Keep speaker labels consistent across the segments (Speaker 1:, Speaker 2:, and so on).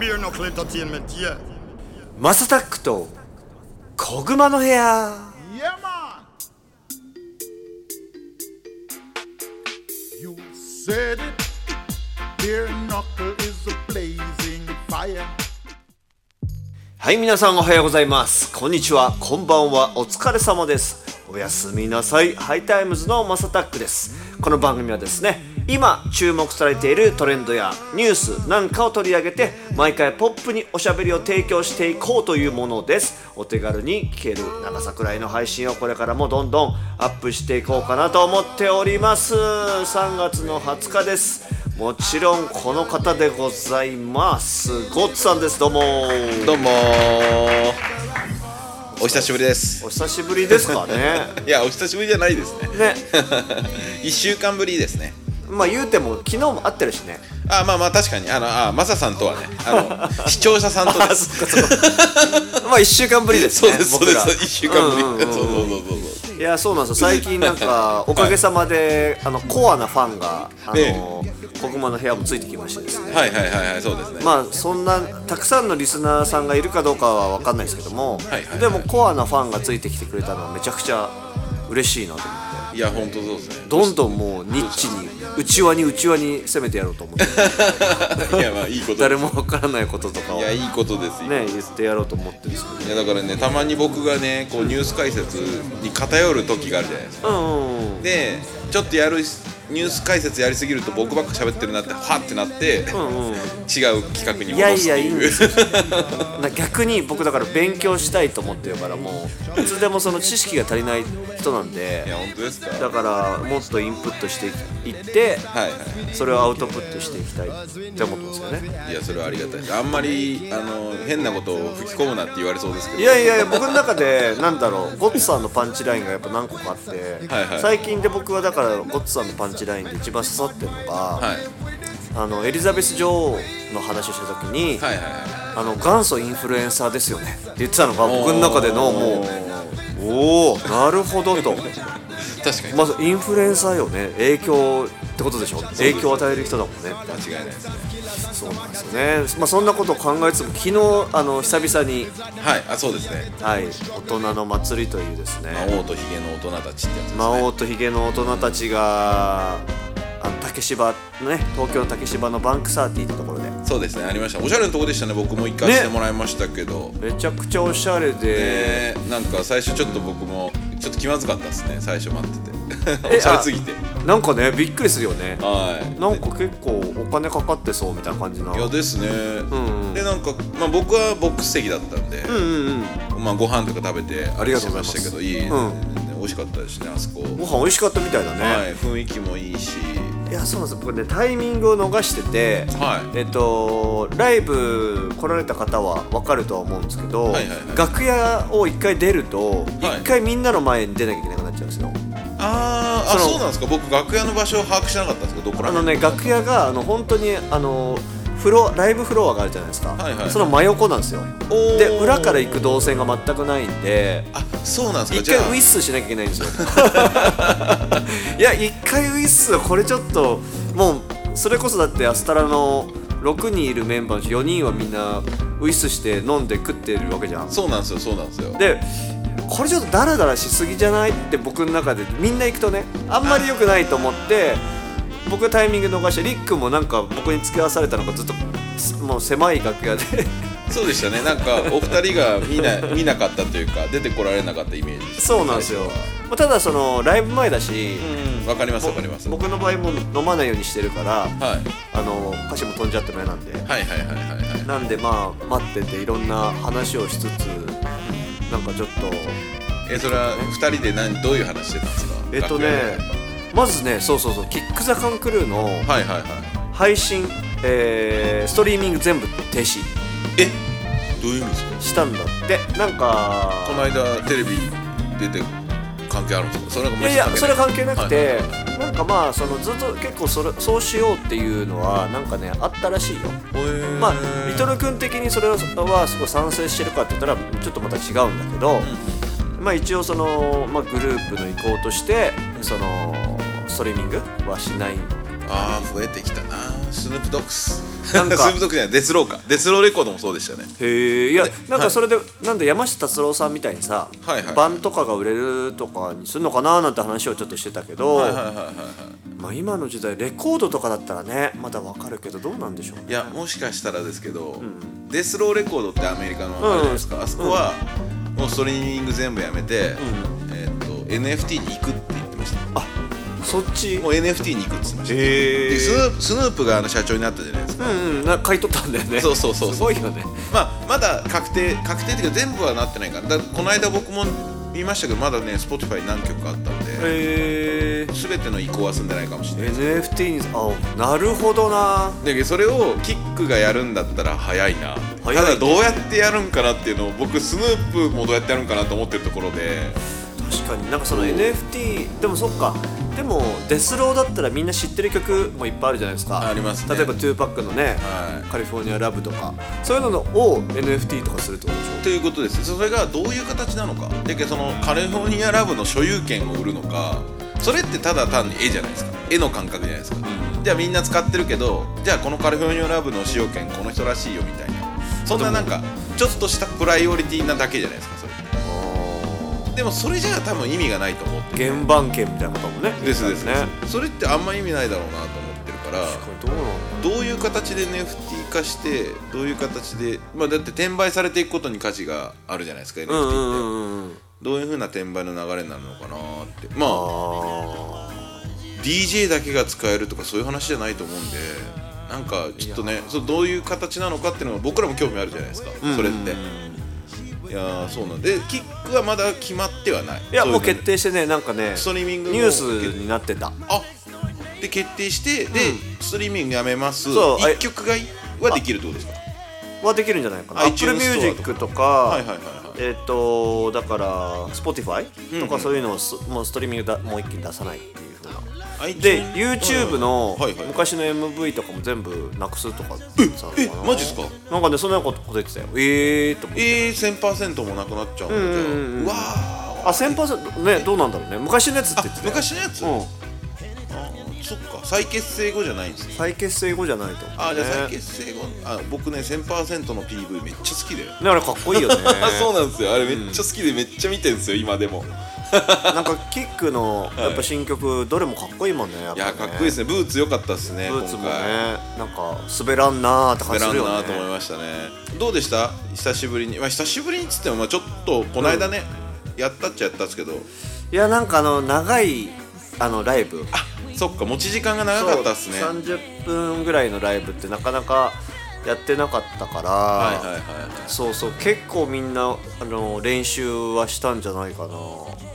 Speaker 1: Beer Knuckle Entertainment, yeah.
Speaker 2: マサタックと小熊の部屋
Speaker 1: Yeah, man. You said it. Beer Knuckle is a blazing fire.
Speaker 2: はい皆さんおはようございますこんにちはこんばんはお疲れ様ですおやすみなさいハイタイムズのマサタックですこの番組はですね今注目されているトレンドやニュースなんかを取り上げて毎回ポップにおしゃべりを提供していこうというものですお手軽に聞ける長さくらいの配信をこれからもどんどんアップしていこうかなと思っております3月の20日ですもちろんこの方でございますゴッツさんですどうも
Speaker 3: どうもお久しぶりです
Speaker 2: お久しぶりですか ね
Speaker 3: いやお久しぶりじゃないですね
Speaker 2: ね
Speaker 3: 一週間ぶりですね
Speaker 2: まあ言うても昨日も会ってるしね
Speaker 3: あまあまあ確かにあのあマサさんとはねあ の視聴者さんとです
Speaker 2: っかそっかまあ1週間ぶりです
Speaker 3: そう
Speaker 2: ね
Speaker 3: ですそう
Speaker 2: 僕
Speaker 3: で
Speaker 2: ら
Speaker 3: す一週間ぶり、
Speaker 2: うんうんうん
Speaker 3: そうそうそうそう
Speaker 2: いやそうなんですよ最近なんかおかげさまであのコアなファンがあ
Speaker 3: え
Speaker 2: の国間の部屋もついてきましてですね
Speaker 3: はいはいはいはいそうですね、
Speaker 2: まあそんなたくさんのリスナーさんがいるかどうかは分かんないですけども、
Speaker 3: はいはい
Speaker 2: でもコアなファンがついてきてくれたのはめちゃくちゃ嬉しいなと思って
Speaker 3: いや本当そうですね
Speaker 2: どんどんもうニッチに内輪に内輪に攻めてやろうと思って
Speaker 3: いやまあいいこと
Speaker 2: 誰も分からないこととかを
Speaker 3: いやいいことですよ、
Speaker 2: ね言ってやろうと思ってるんですけ
Speaker 3: いやだからねたまに僕がねこうニュース解説に偏る時があるじゃないですか
Speaker 2: どうんうん
Speaker 3: でちょっとやるニュース解説やりすぎると僕ばっか喋ってるなってはってなって、
Speaker 2: うんうん
Speaker 3: 違う企画に
Speaker 2: いや
Speaker 3: 戻
Speaker 2: い
Speaker 3: すっ
Speaker 2: や
Speaker 3: て
Speaker 2: いいん
Speaker 3: いう
Speaker 2: ですよな逆に僕だから勉強したいと思ってるからもういつでもその知識が足りない人なん
Speaker 3: い
Speaker 2: で
Speaker 3: や本当ですか
Speaker 2: だからもっとインプットしていって
Speaker 3: はいは
Speaker 2: それをアウトプットしていきたいって思ってますよね
Speaker 3: いいやそれはありがたいですあんまりあの変なことを吹き込むなって言われそうですけど
Speaker 2: いやいやいや僕の中でなんだろうゴッツさんのパンチラインがやっぱ何個かあって
Speaker 3: はいはい
Speaker 2: 最近で僕はだからゴッツさんのパンチラインで一番刺さってるの
Speaker 3: は
Speaker 2: が
Speaker 3: い
Speaker 2: あのエリザベス女王の話をした時に
Speaker 3: はいはいは
Speaker 2: あの元祖インフルエンサーですよねって言ってたのが僕の中でのもうおおなるほどと
Speaker 3: い確かに、
Speaker 2: まずインフルエンサーよね影響ってことでしょ影響を与える人だもんね
Speaker 3: 間違いないですね
Speaker 2: そうなんですよね、まあ、そんなことを考えつつも昨日あの久々に、
Speaker 3: はいあそうですね
Speaker 2: はい、大人の祭りというですね
Speaker 3: 魔王とヒゲの大人たちってやつですね
Speaker 2: 魔王とヒゲの大人たちがあの竹芝のね東京の竹芝のバンクサーティーってところで
Speaker 3: そうですねありましたおしゃれなとこでしたね僕も行かせてもらいましたけど、
Speaker 2: めちゃくちゃおしゃれで、
Speaker 3: えー、なんか最初ちょっと僕もちょっと気まずかったですね最初待ってて
Speaker 2: え
Speaker 3: おしゃれすぎて
Speaker 2: なんかねびっくりするよね
Speaker 3: はい
Speaker 2: なんか結構お金かかってそうみたいな感じない
Speaker 3: やですね、
Speaker 2: んうん
Speaker 3: でなんか、まあ、僕はボックス席だったんで、
Speaker 2: うんうんうん
Speaker 3: まあ、ご飯とか食べて
Speaker 2: ありがとうございます
Speaker 3: してしたけどいいですね、
Speaker 2: う
Speaker 3: 美味しかったですねあそこ、
Speaker 2: ご飯美味しかったみたいだね、
Speaker 3: はい雰囲気もいいし
Speaker 2: い、やそうなんですよ僕ねタイミングを逃してて、
Speaker 3: はい
Speaker 2: えっとライブ来られた方は分かるとは思うんですけど、
Speaker 3: はいはいはい
Speaker 2: 楽屋を一回出ると一、
Speaker 3: はい
Speaker 2: 回みんなの前に出なきゃいけなくなっちゃうんですよ
Speaker 3: あーあ
Speaker 2: その
Speaker 3: そうなんですか僕楽屋の場所を把握してなかったんですけどどこら
Speaker 2: あのね楽屋があの本当にあのフロライブフロアがあるじゃないですか、
Speaker 3: はいはいはい
Speaker 2: その真横なんですよ
Speaker 3: おー
Speaker 2: で裏から行く動線が全くないんで
Speaker 3: あそうなんですか
Speaker 2: 一
Speaker 3: じゃ
Speaker 2: 回ウィッスしなきゃいけないんですよ いや一回ウィッスはこれちょっともうそれこそだってアスタラの6人いるメンバーのうち4人はみんなウィッスして飲んで食ってるわけじゃん
Speaker 3: あそうなんですよそうなんですよ
Speaker 2: でこれちょっとダラダラしすぎじゃないって僕の中でみんな行くとねあんまり良くないと思って僕がタイミング逃してリックもなんか僕に付き合わされたのがずっともう狭い楽屋で
Speaker 3: そうでしたねなんかお二人が見な見なかったというか出てこられなかったイメージです
Speaker 2: そうなんですよまあただそのライブ前だし、
Speaker 3: うんわかりますわかりますはい
Speaker 2: 僕の場合も飲まないようにしてるから
Speaker 3: はい
Speaker 2: あの歌詞も飛んじゃっても嫌なんで
Speaker 3: はいはいはいはい
Speaker 2: なんでまあ待ってていろんな話をしつつなんかちょっと
Speaker 3: えそれは二人で何どういう話してたんですか
Speaker 2: えっとね
Speaker 3: 楽屋で
Speaker 2: まずねそうそうそうキック・ザ・カン・クルーの
Speaker 3: はいはいは
Speaker 2: 配信、えーストリーミング全部停止
Speaker 3: いえどういう意味ですか
Speaker 2: したんだってなんか
Speaker 3: この間テレビ出て関係あるんですかそれが
Speaker 2: いやいやそれは関係なくて、
Speaker 3: はいはいはい
Speaker 2: なんかまあそのずっと結構それそうしようっていうのはなんかねあったらしいよまあリトル君的にそれはすごい賛成してるかって言ったらちょっとまた違うんだけど、まあ一応その、まあ、グループの意向としてそのストリーミングはしない
Speaker 3: ああ増えてきたなスヌープドッグス
Speaker 2: なんか
Speaker 3: スヌープドッグじゃないデスローかデスローレコードもそうでしたね
Speaker 2: へえいやなんかそれで、なんで山下達郎さんみたいにさ、
Speaker 3: はいはい
Speaker 2: 版とかが売れるとかにするのかななんて話をちょっとしてたけど、
Speaker 3: はいはいはいはい
Speaker 2: まあ、今の時代レコードとかだったらねまだわかるけどどうなんでしょうね
Speaker 3: いやもしかしたらですけど、デスローレコードってアメリカのあれじゃないですか、あそこはもうストリーミング全部やめて、えー、と NFT に行くって言ってましたも
Speaker 2: そっち
Speaker 3: う NFT に行くって言ってました、
Speaker 2: へ
Speaker 3: でスヌ
Speaker 2: え
Speaker 3: ープスヌープがあの社長になったじゃないですか、
Speaker 2: うんうんな買い取ったんだよね
Speaker 3: そうそうそうそう
Speaker 2: すごいよね
Speaker 3: まあまだ確定確定っていうか全部はなってないからだからこの間僕も見ましたけどまだね Spotify に何曲かあったんで、
Speaker 2: へえ
Speaker 3: 全ての移行は済んでないかもしれない
Speaker 2: NFT にあなるほどな
Speaker 3: だけどそれをキックがやるんだったら早いな
Speaker 2: 早い
Speaker 3: ただどうやってやるんかなっていうのを僕スヌープもどうやってやるんかなと思ってるところで
Speaker 2: 確かになんかその
Speaker 3: うん
Speaker 2: NFT でもそっかでもデスローだったらみんな知ってる曲もいっぱいあるじゃないですか
Speaker 3: ありますね
Speaker 2: 例えば2パックのね、
Speaker 3: はい
Speaker 2: カリフォルニアラブとかそういうのを NFT とかするってことでしょ
Speaker 3: ということですそれがどういう形なのかだけどそのカリフォルニアラブの所有権を売るのかそれってただ単に絵じゃないですか絵の感覚じゃないですか、じゃあみんな使ってるけどじゃあこのカリフォルニアラブの使用権この人らしいよみたいなそんななんかちょっとしたプライオリティなだけじゃないですかそれでもそれじゃあ多分意味がないと思って
Speaker 2: 原版権みたいなこともね
Speaker 3: ですです
Speaker 2: ね
Speaker 3: ねそれってあんま意味ないだろうなと思ってるから
Speaker 2: 確かにどうなんだろう
Speaker 3: どういう形で NFT 化してどういう形でまあだって転売されていくことに価値があるじゃないですか NFT って、
Speaker 2: うんうんうんうん
Speaker 3: どういう風な転売の流れになるのかなってま
Speaker 2: あ
Speaker 3: あ DJ だけが使えるとかそういう話じゃないと思うんでなんかちょっとねそうどういう形なのかっていうのは僕らも興味あるじゃないですか、それっていやーそうなんでキックはまだ決まってはない
Speaker 2: いや
Speaker 3: そ
Speaker 2: もう
Speaker 3: のね
Speaker 2: 決定してねなんかね
Speaker 3: ストリーミングも
Speaker 2: ニュースになってた
Speaker 3: あで決定してで、ストリーミングやめます
Speaker 2: そうあ
Speaker 3: 一曲買いはできるってことですか
Speaker 2: はできるんじゃないかな
Speaker 3: iTunes
Speaker 2: Apple Music とか
Speaker 3: はいはいはいはい
Speaker 2: えっ、とだから Spotify
Speaker 3: ん
Speaker 2: とかそういうのをす、もうストリーミングだもう一気に出さないっていう風なで
Speaker 3: iTunes
Speaker 2: YouTube の
Speaker 3: はいはい
Speaker 2: 昔の MV とかも全部なくすとかさ
Speaker 3: えマジっすか
Speaker 2: なんかねそんなこと言ってたよええー、とか
Speaker 3: えー、1000%もなくなっちゃうんだじゃあ、うわー
Speaker 2: あ1000%ねどうなんだろうね昔のやつって言ってたよ
Speaker 3: 昔のやつ、
Speaker 2: うん
Speaker 3: あーそっか再結成後じゃないんですね
Speaker 2: 再結成後じゃないと思うね
Speaker 3: あーじゃあ再結成後あ僕ね1000%の PV めっちゃ好きだよ
Speaker 2: ねあれかっこいい よね
Speaker 3: うなんですよあれめっちゃ好きでめっちゃ見てるんですよ今でも
Speaker 2: なんかキックのやっぱ新曲、どれもかっこいいもんねやっぱ
Speaker 3: い
Speaker 2: ね
Speaker 3: やかっこいいですねブーツ良かったですね
Speaker 2: ブーツもね
Speaker 3: 今回
Speaker 2: なんか滑らんなーって感
Speaker 3: 滑
Speaker 2: じす
Speaker 3: らん
Speaker 2: るよね
Speaker 3: なと思いましたねどうでした久しぶりにまあ久しぶりにっつってもまあちょっとこの間ね、やったっちゃやったんですけど
Speaker 2: いやなんかあの長いあのライブ
Speaker 3: そっか持ち時間が長かったっすね
Speaker 2: そう
Speaker 3: はい
Speaker 2: 30分ぐらいのライブってなかなかやってなかったから、
Speaker 3: はいはいはい
Speaker 2: そうそう結構みんなあの練習はしたんじゃないかな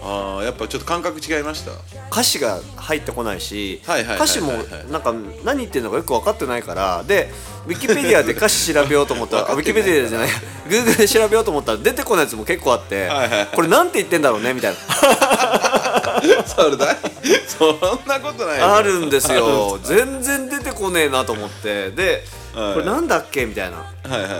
Speaker 3: あーやっぱちょっと感覚違いま した
Speaker 2: 歌詞が入ってこないし
Speaker 3: はいはいはいはい
Speaker 2: 歌詞もなんか何言ってるのかよく分かってないからでウィキペディアで歌詞調べようと思ったらあウィ
Speaker 3: 分か
Speaker 2: キ
Speaker 3: ってな
Speaker 2: ペ
Speaker 3: いから
Speaker 2: ディアじゃない Google で調べようと思ったら出てこないやつも結構あって、
Speaker 3: はいはい
Speaker 2: これなんて言ってんだろうねみたいな
Speaker 3: それだい そんなことない
Speaker 2: あるんですよ全然出てこねえなと思ってで、
Speaker 3: はい
Speaker 2: これなんだっけみたいな
Speaker 3: はいはいはい、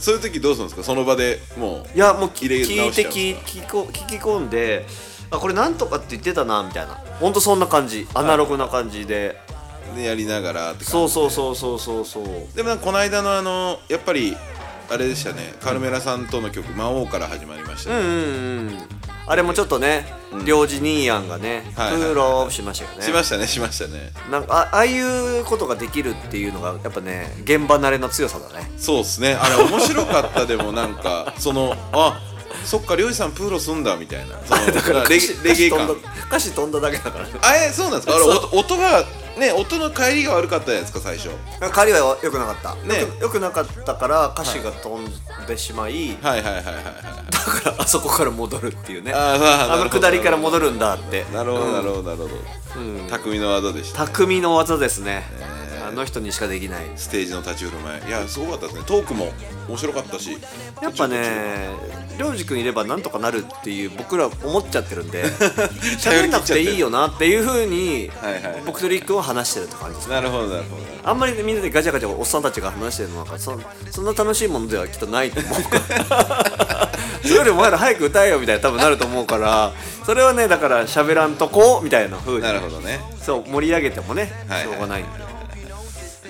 Speaker 3: そういう時どうするんですかその場でもう
Speaker 2: いやもうき
Speaker 3: 入れ
Speaker 2: 聞
Speaker 3: 直
Speaker 2: い
Speaker 3: しち
Speaker 2: て
Speaker 3: ゃうん
Speaker 2: 聞
Speaker 3: です
Speaker 2: 聞きこ聞き込んであこれなんとかって言ってたなみたいなほんとそんな感じアナログな感じで、
Speaker 3: かでやりながらって感じ
Speaker 2: そうそうそうそうそうそう
Speaker 3: でもなんかこの間のあのやっぱりあれでしたねカルメラさんとの曲「魔王」から始まりましたね、
Speaker 2: うんうんうんあれもちょっとね、領事ニーヤンがね、
Speaker 3: はいはいはい
Speaker 2: 苦労しましたよね。
Speaker 3: しましたねしましたね
Speaker 2: なんかあああいうことができるっていうのがやっぱね現場慣れの強さだね。
Speaker 3: そうっすねあれ面白かったでもなんか そのあそっか漁師さんプーロすんだみたいなそ のレゲレゲエ
Speaker 2: 歌詞飛
Speaker 3: 感
Speaker 2: んだ歌詞飛んだだけだからね。
Speaker 3: あえそうなんですかあれお音がね音の帰りが悪かったじゃないですか最初
Speaker 2: 帰りは良くなかった、
Speaker 3: ね
Speaker 2: よく良くなかったから歌詞が飛んでしまい、
Speaker 3: はいはいはいはいはい
Speaker 2: だからあそこから戻るっていうね
Speaker 3: あーまあ
Speaker 2: あ
Speaker 3: な
Speaker 2: の
Speaker 3: るほど
Speaker 2: 下りから戻るんだって
Speaker 3: なるほどなるほどなるほど、匠の技でした
Speaker 2: 匠の技ですね、あの人にしかできない
Speaker 3: ステージの立ち振る舞いいやすごかったですねトークも面白かったし
Speaker 2: やっぱね涼く君いればなんとかなるっていう僕ら思っちゃってるん で喋んなくていいよなっていうふうに
Speaker 3: はいはい
Speaker 2: 僕とりっくんは話してるって感じです
Speaker 3: なるほどなるほど
Speaker 2: あんまりみんなでガチャガチャおっさんたちが話してるのなんかそんそんな楽しいものではきっとないと思うか らそれよりお前ら早く歌えよみたいな多分なると思うからそれはねだから喋らんとこみたいな風に
Speaker 3: なるほどね
Speaker 2: そう盛り上げてもね、
Speaker 3: はい
Speaker 2: しょうがないんで、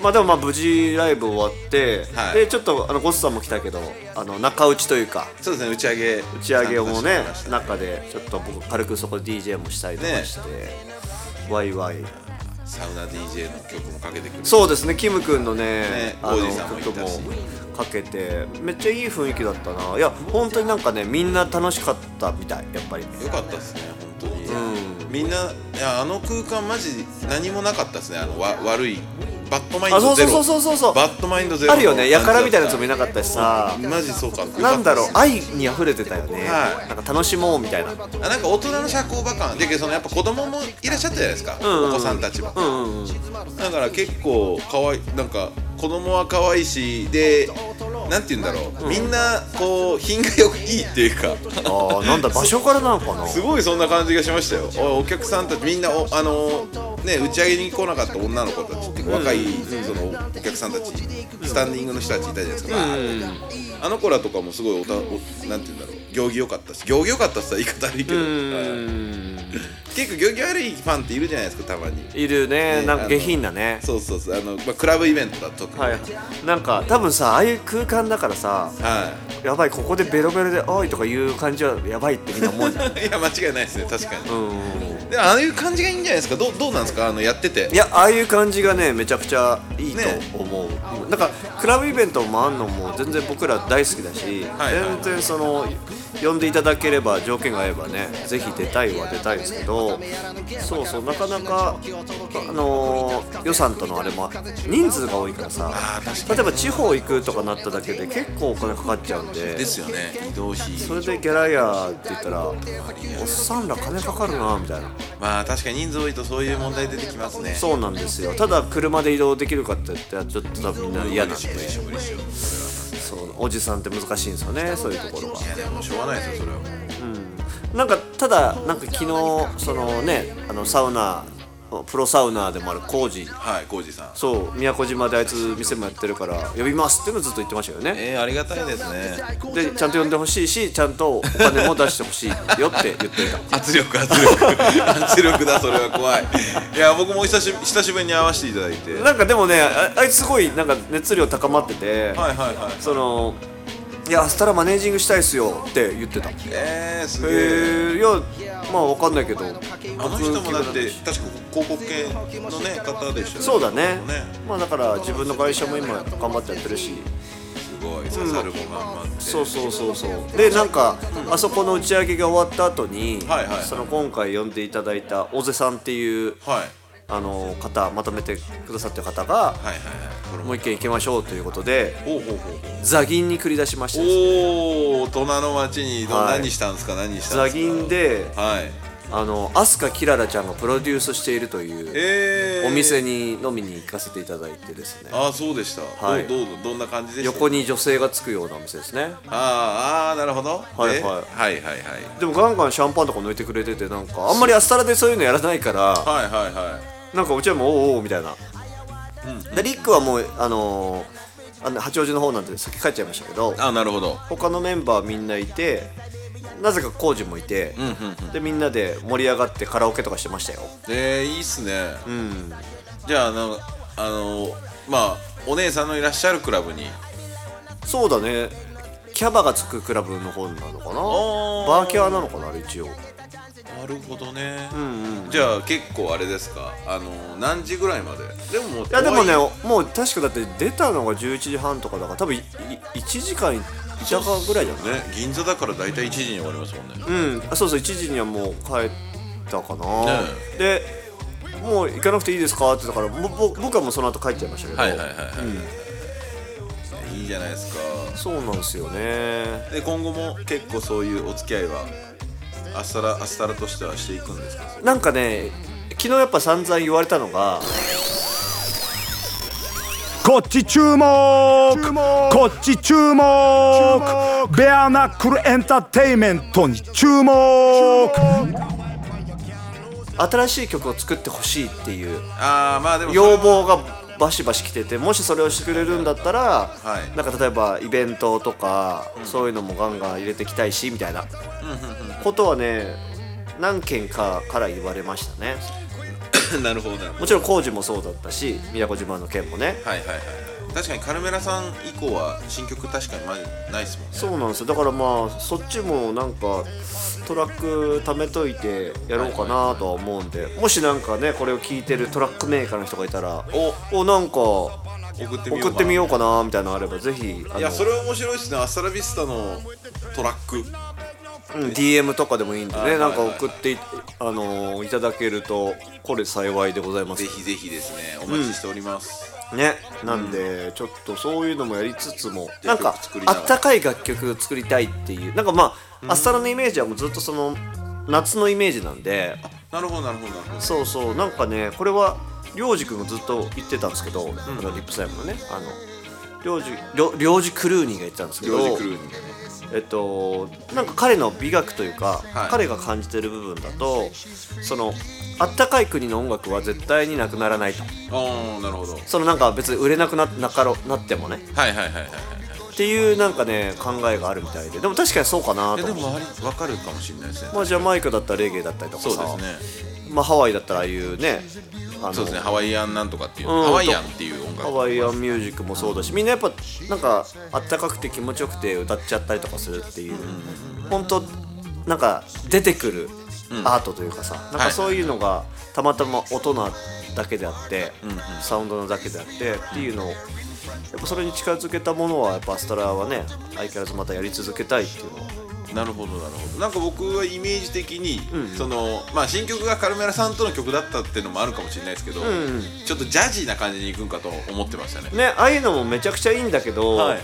Speaker 2: まあでもまあ無事ライブ終わって、
Speaker 3: はい
Speaker 2: でちょっとあのゴスさんも来たけどあの中打ちというか
Speaker 3: そうですね打ち上げ打
Speaker 2: 打ち上げもね
Speaker 3: な
Speaker 2: 中でちょっと僕軽くそこで DJ もしたりとかして、ワイワイ
Speaker 3: サウナ DJ の曲もかけてくる
Speaker 2: そううですねキム君のね
Speaker 3: ね
Speaker 2: あ
Speaker 3: 王
Speaker 2: の
Speaker 3: 子さんもいたし
Speaker 2: 曲もかけてめっちゃいい雰囲気だったないや本当になんかねみんな楽しかったみたいやっぱり
Speaker 3: よかったですね本当に、みんないやあの空間マジ何もなかったですねあのわ悪いバッドマイン
Speaker 2: あそ
Speaker 3: ド
Speaker 2: うそ
Speaker 3: ゼ
Speaker 2: う
Speaker 3: ロ
Speaker 2: そうそうそうそう
Speaker 3: バッドマインドゼロ
Speaker 2: あ
Speaker 3: の
Speaker 2: るよねやからみたいなやつもい
Speaker 3: な
Speaker 2: なかったしさ
Speaker 3: マジそうかよかった
Speaker 2: なんだろう
Speaker 3: です
Speaker 2: 愛に溢れてたよね、
Speaker 3: はい
Speaker 2: なんか楽しもうみたいな
Speaker 3: あなんか大人の社交場感でけどそのやっぱ子供もいらっしゃったじゃないですか、
Speaker 2: んうん
Speaker 3: お子さんたちも、
Speaker 2: うんうんうん
Speaker 3: だから結構かわいなんか子供は可愛いしでなんて言うんだろう、みんなこう品がよくいいっていう
Speaker 2: あ
Speaker 3: か
Speaker 2: ーなんだ場所からなのかな
Speaker 3: すごいそんな感じがしましたよおお客さんたちみんなおあのね打ち上げに来なかった女の子たちって若いそのお客さんたちスタンディングの人たちいたじゃないですか、あの子らとかもすごいおたおなんて言うんだろう行儀良かったし行儀良かったっす言い方悪いけど、
Speaker 2: う
Speaker 3: はい
Speaker 2: ん
Speaker 3: 結構行儀悪いファンっているじゃないですかたまに
Speaker 2: いるね
Speaker 3: ね
Speaker 2: なんか下品なね
Speaker 3: そうそうそうあの、まあ、クラブイベントだと特に
Speaker 2: はいなんか多分さああいう空間だからさ
Speaker 3: はい
Speaker 2: やばいここでベロベロで「おい」とか言う感じはやばいってみんな思うじゃん
Speaker 3: いや間違いないですね確かに、
Speaker 2: うんうんうん
Speaker 3: でもああいう感じがいいんじゃないですかどうどうなんですかあのやってて
Speaker 2: いやああいう感じがねめちゃくちゃいい
Speaker 3: ね
Speaker 2: と思う、なんかクラブイベントもあんのも全然僕ら大好きだし、
Speaker 3: はいはい
Speaker 2: 全然その呼んでいただければ条件が合えばねぜひ出たいは出たいですけどそうそうなかなかあのー予算とのあれも人数が多いからさ例えば地方行くとかなっただけで結構お金かかっちゃうんで
Speaker 3: ですよね移動費
Speaker 2: それでギャラやって言ったらおっさんら金かかるなみたいな。
Speaker 3: まあ確かに人数多いとそういう問題出てきますね
Speaker 2: そうなんですよただ車で移動できるかって言ったらちょっと多分みんな嫌なんで
Speaker 3: 無理しよう無理しよ
Speaker 2: そうおじさんって難しいんですよねそういうところが
Speaker 3: ういやでもしょうがないですよそれはもう
Speaker 2: なんかただなんか昨日そのねあのサウナプロサウナーでもある工事
Speaker 3: はい浩二さん
Speaker 2: そう宮古島であいつ店もやってるから呼びますっていうのずっと言ってましたよね
Speaker 3: えー、ありがたいですね
Speaker 2: でちゃんと呼んでほしいしちゃんとお金も出してほしいよって言って た
Speaker 3: 圧力 圧力圧力だそれは怖いいや僕も久し久しぶりに会わせていただいてはい
Speaker 2: なんかでもねああいつすごいなんか熱量高まってて、
Speaker 3: はいはい
Speaker 2: その「いや明日からマネージングしたいっすよ」って言ってた
Speaker 3: えー、すげえ
Speaker 2: えー、いやまあわかんないけど
Speaker 3: あの人もだって確か広告系のね方でしたよね
Speaker 2: そうだね
Speaker 3: ね
Speaker 2: まあだから自分の会社も今頑張ってやってるし
Speaker 3: すごい刺さるもん頑張って、
Speaker 2: そうそうそうそうでなんかあそこの打ち上げが終わった後に、
Speaker 3: はいはい
Speaker 2: その今回呼んでいただいた小瀬さんっていう
Speaker 3: はい
Speaker 2: あの方まとめてくださってる方が
Speaker 3: はいはいはいこれ
Speaker 2: も
Speaker 3: も
Speaker 2: う一軒行きましょうということで
Speaker 3: おうほうほうほう
Speaker 2: 座銀に繰り出しましたです
Speaker 3: おおー大人の街にど、
Speaker 2: はい
Speaker 3: 何したんですか何したん
Speaker 2: 座
Speaker 3: ですか
Speaker 2: 銀で
Speaker 3: はい
Speaker 2: あの飛鳥きららちゃんがプロデュースしているという
Speaker 3: えー、
Speaker 2: お店に飲みに行かせていただいてですね
Speaker 3: ああそうでした、
Speaker 2: はい
Speaker 3: どうどうどんな感じでした
Speaker 2: 横に女性がつくようなお店ですね
Speaker 3: あーあーなるほど
Speaker 2: はい
Speaker 3: で
Speaker 2: はい
Speaker 3: はいはいはい
Speaker 2: でもガンガンシャンパンとか抜いてくれててなんかあんまりアスタラでそういうのやらないから
Speaker 3: はいはいは
Speaker 2: なんかうちはもうおうおうみたいな、でリックはもうあのーあの八王子の方なんで先帰っちゃいましたけど
Speaker 3: いああなるほど
Speaker 2: 他のメンバーみんないてなぜかコージもいて、でみんなで盛り上がってカラオケとかしてましたよ
Speaker 3: えー、いいっすね、
Speaker 2: うん
Speaker 3: じゃああのあのまあお姉さんのいらっしゃるクラブに
Speaker 2: そうだねキャバがつくクラブの方なのかな
Speaker 3: ー
Speaker 2: バーキャーなのかなあれ一応
Speaker 3: なるほどね、じゃあ結構あれですかあの何時ぐらいまででももうい
Speaker 2: いやでもねもう確かだって出たのが11時半とかだから多分いい1時間いたかぐらいじゃない
Speaker 3: ね銀座だから大体1時に終わりますもんね、
Speaker 2: うんあそうそう1時にはもう帰ったかな、
Speaker 3: ね
Speaker 2: でもう行かなくていいですかって言ったからもうぼ僕はもうその後帰っちゃいましたけど、
Speaker 3: はいはいはいはい、いいじゃないですか
Speaker 2: そうなんですよね
Speaker 3: で今後も結構そういうお付き合いはアスタラアスタラとしてはしていくんですか
Speaker 2: なんかね昨日やっぱ散々言われたのが
Speaker 4: こっち注目こっち注目ベアナックルエンターテイメントに注目
Speaker 2: 新しい曲を作ってほしいっていう
Speaker 3: ああまあでも
Speaker 2: 要望がバシバシ来ててもしそれをしてくれるんだったら、
Speaker 3: はい
Speaker 2: なんか例えばイベントとか、そういうのもガンガン入れていきたいしみたいなことはね何件かから言われましたね
Speaker 3: なるほどなるほ
Speaker 2: もちろん工事もそうだったし宮古島の件もね
Speaker 3: どはいはいはいはい確かにカルメラさん以降は新曲確かにまないですもんね
Speaker 2: そうなんですよだからまあそっちもなんかトラック貯めといてやろうかなとは思うんでもしなんかねこれを聞いてるトラックメーカーの人がいたらおなんか
Speaker 3: 送ってみようか
Speaker 2: 送ってみようかなみたいなのあればぜひあの
Speaker 3: いやそれ面白いですねアスタラビスタのトラック
Speaker 2: うん DM とかでもいいんで
Speaker 3: はい
Speaker 2: ね
Speaker 3: はいは
Speaker 2: ないんか送ってい,、あのーいただけるとこれ幸いでございます
Speaker 3: ぜひぜひですねお待ちしております、
Speaker 2: ねなんで、ちょっとそういうのもやりつつも
Speaker 3: じ
Speaker 2: な
Speaker 3: ゃあ
Speaker 2: んか
Speaker 3: 曲作りな
Speaker 2: あ
Speaker 3: がら
Speaker 2: ったかい楽曲を作りたいっていうなんかまあ、アスタラのイメージはもうずっとその夏のイメージなんで
Speaker 3: なるほどなるほどなるほど
Speaker 2: そうそうなんかねこれは涼次君がずっと言ってたんですけど、あのリップスライムのねあの涼次涼涼次クルーニーが言ってたんですけど
Speaker 3: ロジクルーにね
Speaker 2: えっと、なんか彼の美学というか、
Speaker 3: はい
Speaker 2: 彼が感じてる部分だとそのあったかい国の音楽は絶対になくならないと
Speaker 3: ああなるほどはい
Speaker 2: そのなんか別に売れなくななかろなってもね
Speaker 3: はいはいはいはい
Speaker 2: っていうなんかね考えがあるみたいででも確かにそうかないと
Speaker 3: やで
Speaker 2: 思う
Speaker 3: もあれ分かるかもしれないですね
Speaker 2: まあジャマイカだったらレゲエだったりとかさ
Speaker 3: そうですね
Speaker 2: まあ、ハワイだったらああいうねあの
Speaker 3: そうですねハワイアンなんとかっていう、
Speaker 2: うん
Speaker 3: ハワイアンっていう音楽
Speaker 2: ハワイアンミュージックもそうだしみんなやっぱなんかあったかくて気持ちよくて歌っちゃったりとかするっていう、本当なんか出てくるアートというかさ、なん
Speaker 3: は
Speaker 2: か
Speaker 3: い
Speaker 2: そういうのがたまたま音なだけであって、サウンドなだけであってっていうのをやっぱそれに近づけたものはやっぱアストラはね相変わらずまたやり続けたいっていうのは
Speaker 3: なるほどなるほどなんか僕はイメージ的に、そのまあ新曲がカルメラさんとの曲だったっていうのもあるかもしれないですけど、
Speaker 2: ん
Speaker 3: ちょっとジャジーな感じにいくんかと思ってましたね
Speaker 2: ねああいうのもめちゃくちゃいいんだけど、
Speaker 3: はいはいはい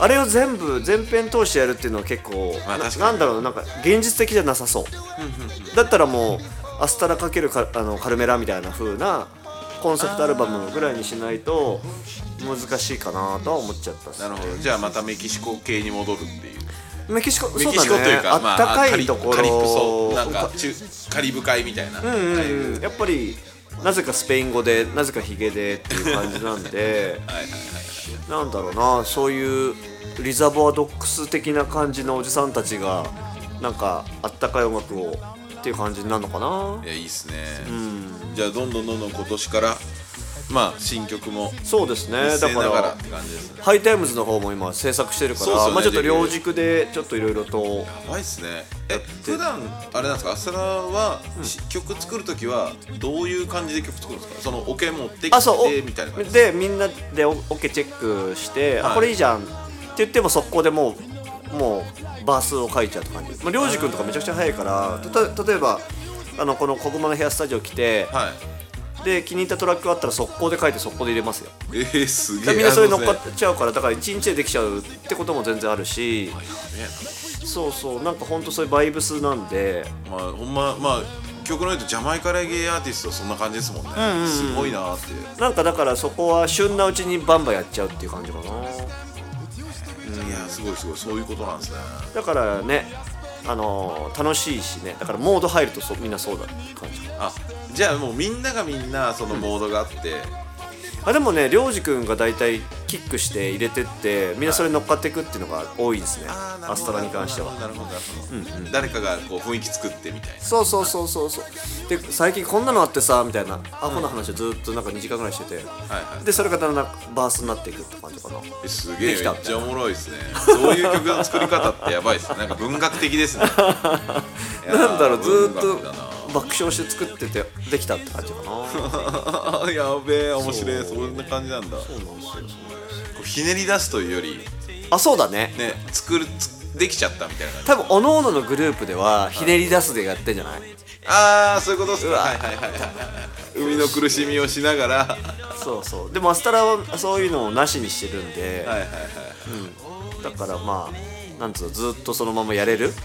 Speaker 2: あれを全部全編通してやるっていうのは結構
Speaker 3: まあ
Speaker 2: な
Speaker 3: 確か
Speaker 2: なん
Speaker 3: に
Speaker 2: だろうななんか現実的じゃなさそうだったらもうアスタラかけるかあのカルメラみたいな風なコンセプトアルバムぐらいにしないと難しいかなとは思っちゃったっす
Speaker 3: なるほどじゃあまたメキシコ系に戻るっていう
Speaker 2: メキシコ
Speaker 3: メ
Speaker 2: そう
Speaker 3: キ
Speaker 2: だ
Speaker 3: シコと
Speaker 2: ね
Speaker 3: いうか、
Speaker 2: あったか
Speaker 3: カ
Speaker 2: い
Speaker 3: リ
Speaker 2: ところ
Speaker 3: カリプソなんか中カリブ海みたいな、
Speaker 2: うんうんうんやっぱりなぜかスペイン語でなぜかヒゲでっていう感じなんで
Speaker 3: はいはいはい
Speaker 2: なんだろうなそういうリザボアドックス的な感じのおじさんたちがなんかあったかい音楽をっていう感じになるのかない
Speaker 3: やいいっすね、じゃあどんどんどんどん今年からまあ新曲も
Speaker 2: そうですね
Speaker 3: 見
Speaker 2: だ
Speaker 3: 据え
Speaker 2: か
Speaker 3: ながら
Speaker 2: ら
Speaker 3: って感じですね
Speaker 2: ハイタイムズの方も今制作してるか
Speaker 3: そうっ
Speaker 2: ら、
Speaker 3: すよね
Speaker 2: まあちょっと
Speaker 3: レビュー
Speaker 2: 両軸でちょっといろいろと
Speaker 3: やばいっすねえ普段あれなんですかアスラは、し曲作る時はどういう感じで曲作るんですかそのオケ持ってき
Speaker 2: あそう
Speaker 3: てみたいな
Speaker 2: お
Speaker 3: 感じ
Speaker 2: でみんなでオッケーチェックして、
Speaker 3: はい
Speaker 2: あこれいいじゃんって言っても速攻でもうもうバースを書いちゃうって感じまあ涼く君とかめちゃくちゃ早いからたと例えばあのこの小熊のヘアスタジオ来て、
Speaker 3: はい
Speaker 2: で気に入ったトラックがあったら速攻で書いて速攻で入れますよ
Speaker 3: えー、す
Speaker 2: だから
Speaker 3: げえ
Speaker 2: みんなそれに乗っか
Speaker 3: あの
Speaker 2: っちゃうからだから1日でできちゃうってことも全然あるしそうそうなんかほんとそういうバイブスなんで
Speaker 3: ねまあほんままあ曲の言うとジャマイカレゲアーティストはそんな感じですもんね、すごいなーって
Speaker 2: なんかだからそこは旬なうちにバンバンやっちゃうっていう感じかない
Speaker 3: やーすごいすごいそういうことなんですね
Speaker 2: だからねあのー楽しいしねだからモード入るとそみんなそうだって感じ
Speaker 3: あじゃあもうみんながみんなそのモードがあって、
Speaker 2: あでもね涼く君が大体キックして入れてってみんなそれに乗っかっていくっていうのが多いですね
Speaker 3: あーなるほど
Speaker 2: アストラに関しては
Speaker 3: なるほどなるほど、誰かがこう雰囲気作ってみたいな
Speaker 2: そうそうそうそうそうで最近こんなのあってさみたいなアホな話をずっとなんか2時間ぐらいしてて
Speaker 3: はいはい
Speaker 2: でそれがだんだんバースになっていくって感じかな
Speaker 3: えすげえ
Speaker 2: でき
Speaker 3: め
Speaker 2: た
Speaker 3: っちゃおもろいですねそういう曲の作り方ってやばいですねなんか文学的 ですねいやー
Speaker 2: なんだろうずーっ
Speaker 3: 文
Speaker 2: と
Speaker 3: 学だな
Speaker 2: 爆笑して作っててできたって感じかな
Speaker 3: やべえ面白いそんな感じなんだこうひねり出すというより
Speaker 2: あそうだね
Speaker 3: ね作るつできちゃったみたいな感じ
Speaker 2: 多分おのおののグループではひねり出すでやってんじゃない
Speaker 3: ああそういうことっすか
Speaker 2: うわ
Speaker 3: はいはいはいはい海の苦しみをしながらはい
Speaker 2: そうそうでもアスタラはそういうのをなしにしてるんで、
Speaker 3: はいはい
Speaker 2: だからまあなんつうのずっとそのままやれる
Speaker 3: いやも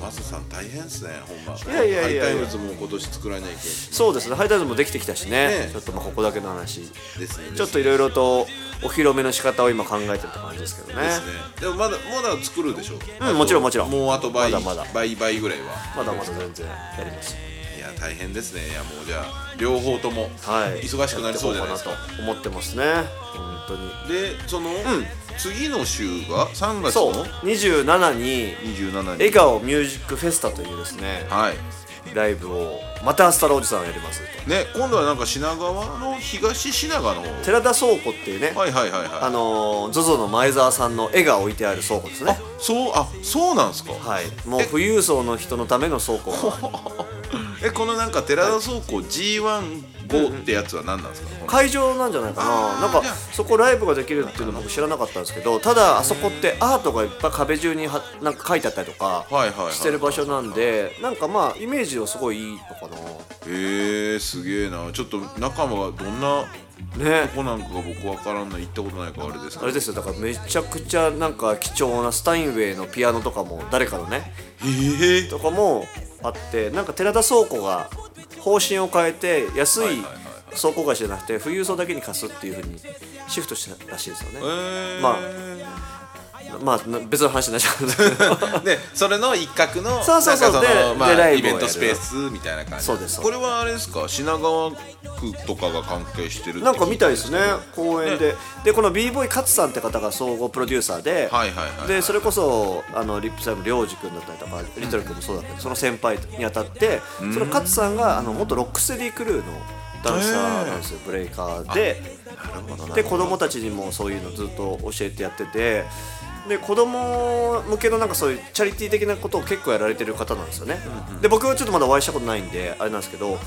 Speaker 3: うマサさん大変っすねほんま
Speaker 2: いやいやいやいや
Speaker 3: ハイタイムズも今年作らなきゃいけんし
Speaker 2: そうですねハイタイズもできてきたしね
Speaker 3: ねえ
Speaker 2: ちょっとまあここだけの話
Speaker 3: ですね
Speaker 2: ちょっといろいろとお披露目の仕方を今考えてるって感じですけどね
Speaker 3: ですねでもまだまだ作るでしょ
Speaker 2: うんもちろんもちろん
Speaker 3: もうあと倍
Speaker 2: まだまだ
Speaker 3: 倍倍ぐらいは
Speaker 2: まだまだ全然やります
Speaker 3: いや大変ですねいやもうじゃあ両方とも
Speaker 2: はい
Speaker 3: 忙しくなりそうじゃないですか
Speaker 2: やっていこうかなと思ってますね本当に
Speaker 3: でその次の週が3月
Speaker 2: そう
Speaker 3: の
Speaker 2: 27に
Speaker 3: 27
Speaker 2: 笑
Speaker 3: 日
Speaker 2: 顔ミュージックフェスタというですね
Speaker 3: はい
Speaker 2: ライブをまたアスタラおじさんがやりますと
Speaker 3: ね今度はなんか品川の東品川の方は
Speaker 2: 寺田倉庫っていうね、
Speaker 3: いはいはいはい
Speaker 2: あのー ZOZO の前澤さんの絵が置いてある倉庫ですね
Speaker 3: あそうあそうなんですか、
Speaker 2: はいもう富裕層の人のための倉庫が
Speaker 3: えこのなんか寺田倉庫 G15 ってやつは何なんですか、この
Speaker 2: 会場なんじゃないかななんかそこライブができるっていうの僕知らなかったんですけどただあそこってアートがいっぱい壁中にはなんか書いてあったりとか
Speaker 3: はいはいはい
Speaker 2: してる場所なんでなんかまあイメージはすごいいいのかな
Speaker 3: へえー、すげえなちょっと中間がどんな
Speaker 2: ね
Speaker 3: とこなんかが僕わからんない行ったことないからあれです
Speaker 2: あ
Speaker 3: け
Speaker 2: れ
Speaker 3: ど
Speaker 2: ですよだからめちゃくちゃなんか貴重なスタインウェイのピアノとかも誰かのね
Speaker 3: へえー、
Speaker 2: とかもあってなんか寺田倉庫が方針を変えて安
Speaker 3: はい
Speaker 2: い
Speaker 3: はいはい
Speaker 2: 倉庫貸しじゃなくて富裕層だけに貸すっていうふうにシフトしたらしいですよね
Speaker 3: えー、
Speaker 2: ままあな別の話になっちゃうんですけど
Speaker 3: でそれの一角の
Speaker 2: そうそうそう
Speaker 3: なんかの
Speaker 2: で
Speaker 3: ま
Speaker 2: でラ
Speaker 3: あ、
Speaker 2: イ
Speaker 3: イ
Speaker 2: ブをや
Speaker 3: ベン
Speaker 2: る
Speaker 3: トスペースみたいな感じ
Speaker 2: そうですそうです
Speaker 3: これはあれですか品川区とかが関係して るって
Speaker 2: なんか見たいですね
Speaker 3: は
Speaker 2: 公演で、でこの b ボーイ勝さんって方が総合プロデューサーで、
Speaker 3: いはいはい
Speaker 2: でそれこそあのリップサイム良二君だったりとかリトル君もそうだったりその先輩にあたってその勝さんがあの元ロックステディクルーのダンサーなんですよ、ブレイカーでで子供たちにもそういうのずっと教えてやっててで子供向けのなんかそういうチャリティー的なことを結構やられてる方なんですよね、で僕はちょっとまだお会いしたことないんであれなんですけど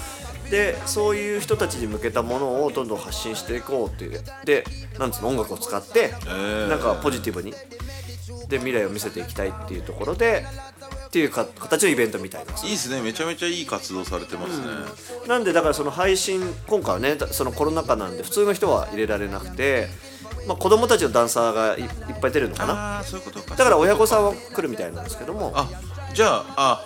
Speaker 2: でそういう人たちに向けたものをどんどん発信していこうっていうでなんつうの音楽を使って、
Speaker 3: ー
Speaker 2: なんかポジティブにで未来を見せていきたいっていうところでっていうか形のイベントみたいなんです
Speaker 3: いいですねめちゃめちゃいい活動されてますね、
Speaker 2: なんでだからその配信今回はねだそのコロナ禍なんで普通の人は入れられなくて、まあ、子供たちのダンサーがいいっぱい出るのかな
Speaker 3: ああそういうことか
Speaker 2: だから親御さんは来るみたいなんですけども
Speaker 3: あじゃああ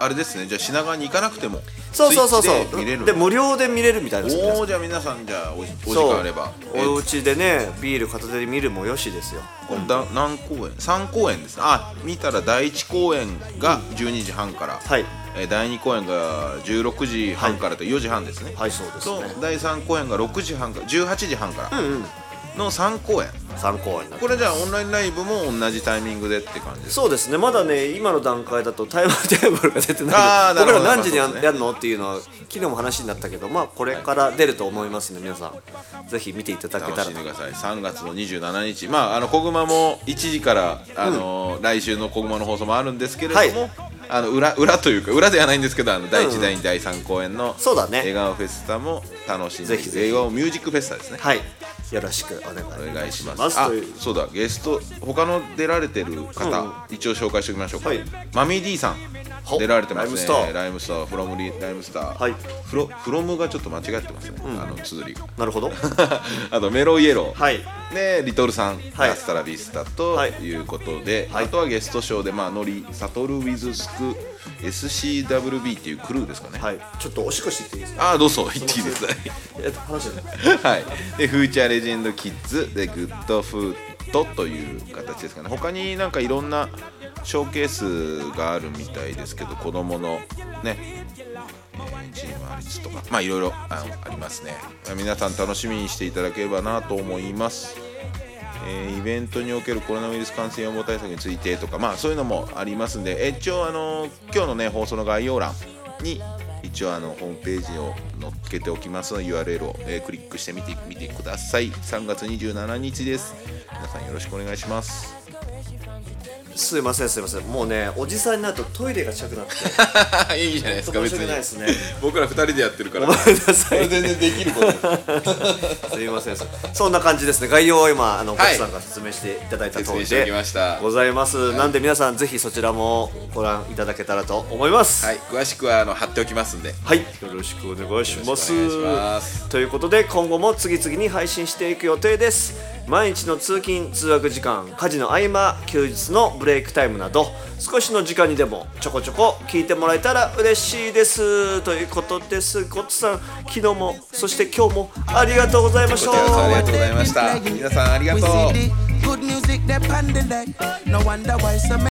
Speaker 3: あれですねじゃあ品川に行かなくても
Speaker 2: そうそうそう
Speaker 3: スイッチ
Speaker 2: そ
Speaker 3: で見れる
Speaker 2: う
Speaker 3: の
Speaker 2: で無料で見れるみたいなんですよ皆
Speaker 3: お
Speaker 2: さ
Speaker 3: おじゃあ皆さんじゃあおお時
Speaker 2: んそう
Speaker 3: 間あればえ
Speaker 2: お家でねビール片手で見るもよしですよ
Speaker 3: これだ何公演3公演ですねあ見たら第1公演が12時半から、
Speaker 2: はい
Speaker 3: えー第2公演が16時半からと4時半ですね、
Speaker 2: はいそうです
Speaker 3: と
Speaker 2: ね
Speaker 3: 第3公演が6時半から18時半から
Speaker 2: うんうん
Speaker 3: の3公演
Speaker 2: 参考になって
Speaker 3: これじゃあオンラインライブも同じタイミングでって感じです
Speaker 2: そうですねまだね今の段階だとタイムテーブルが出てない
Speaker 3: あ
Speaker 2: の
Speaker 3: ー
Speaker 2: で僕
Speaker 3: なるほ
Speaker 2: ら
Speaker 3: ど
Speaker 2: 何時にや,、
Speaker 3: そうですね
Speaker 2: やるのっていうのは昨日も話になったけどまあこれから出ると思いますね皆さんぜひ見ていただけた
Speaker 3: 楽
Speaker 2: ら
Speaker 3: しんでください3月の27日まああの小熊も1時から、あのー来週の小熊の放送もあるんですけれども、
Speaker 2: はい
Speaker 3: あの裏裏というか裏ではないんですけどあの第
Speaker 2: う
Speaker 3: 1
Speaker 2: ん
Speaker 3: 第2第3公演の
Speaker 2: そうだね
Speaker 3: 笑顔フェスタも楽しん
Speaker 2: ぜ
Speaker 3: で
Speaker 2: ひぜひ
Speaker 3: 笑顔ミュージックフェスタですね
Speaker 2: はいよろしくお願
Speaker 3: お
Speaker 2: い
Speaker 3: 願いします
Speaker 2: ます
Speaker 3: あ
Speaker 2: という
Speaker 3: そうだゲスト他の出られてる方、一応紹介しておきましょうか、
Speaker 2: はい
Speaker 3: マミー D さん
Speaker 2: ほ
Speaker 3: 出られてます
Speaker 2: ライムスタ
Speaker 3: ね
Speaker 2: ー
Speaker 3: ライムスターフロムリライムスター、
Speaker 2: はい
Speaker 3: フロフロムがちょっと間違ってますね、あの綴りが
Speaker 2: なるほど
Speaker 3: あとメロイエロー、
Speaker 2: はい
Speaker 3: ね、リトルさん、
Speaker 2: はい
Speaker 3: ラスタラビスタと
Speaker 2: はい
Speaker 3: いうことで、
Speaker 2: はい
Speaker 3: あとはゲストショーで、まあ、ノリサトル・ウィズ・スク SCWB っていうクルーですかね、
Speaker 2: はいちょっとおしっこしてきていいですか
Speaker 3: ああどうぞ言っていいです
Speaker 2: えっと話じゃない
Speaker 3: はいでフーチャーレジェンドキッズでグッドフートという形ですかね他になんかいろんなショーケースがあるみたいですけど子供のね、えーチームアリスとかまあいろいろあのありますね皆さん楽しみにしていただければなと思いますえーイベントにおけるコロナウイルス感染予防対策についてとか、まあ、そういうのもありますんで、えー一応、あのー今日の、ね、放送の概要欄に一応あのホームページを載っけておきますので URL を、えークリックしてみてみてください3月27日です皆さんよろしくお願いします
Speaker 2: すいませんすいませんもうねおじさんになるとトイレが近くなって
Speaker 3: いいじゃないで
Speaker 2: 申し訳ないですね
Speaker 3: 僕ら2人でやってるか
Speaker 2: ごめんなさい
Speaker 3: 全然できることです
Speaker 2: すいませんそんな感じですね概要を今あの、
Speaker 3: はい
Speaker 2: コツさんが説明していただいた
Speaker 3: 説
Speaker 2: 通
Speaker 3: 明
Speaker 2: り
Speaker 3: してお
Speaker 2: で
Speaker 3: きました
Speaker 2: ございます、なんで皆さんぜひそちらもご覧いただけたらと思います
Speaker 3: はい詳しくはあの貼っておきますんで
Speaker 2: はい、よろしくお願いします
Speaker 3: よろしくお願いします
Speaker 2: ということで今後も次々に配信していく予定です毎日の通勤通学時間家事の合間休日のブレイクタイムなど少しの時間にでもちょこちょこ聞いてもらえたら嬉しいですということですごっつさん昨日もそして今日もありがとうございまし
Speaker 3: こちらこそありがと
Speaker 2: た
Speaker 3: うございました皆さんありがとう
Speaker 5: Good music, they're pandering. No wonder why so many.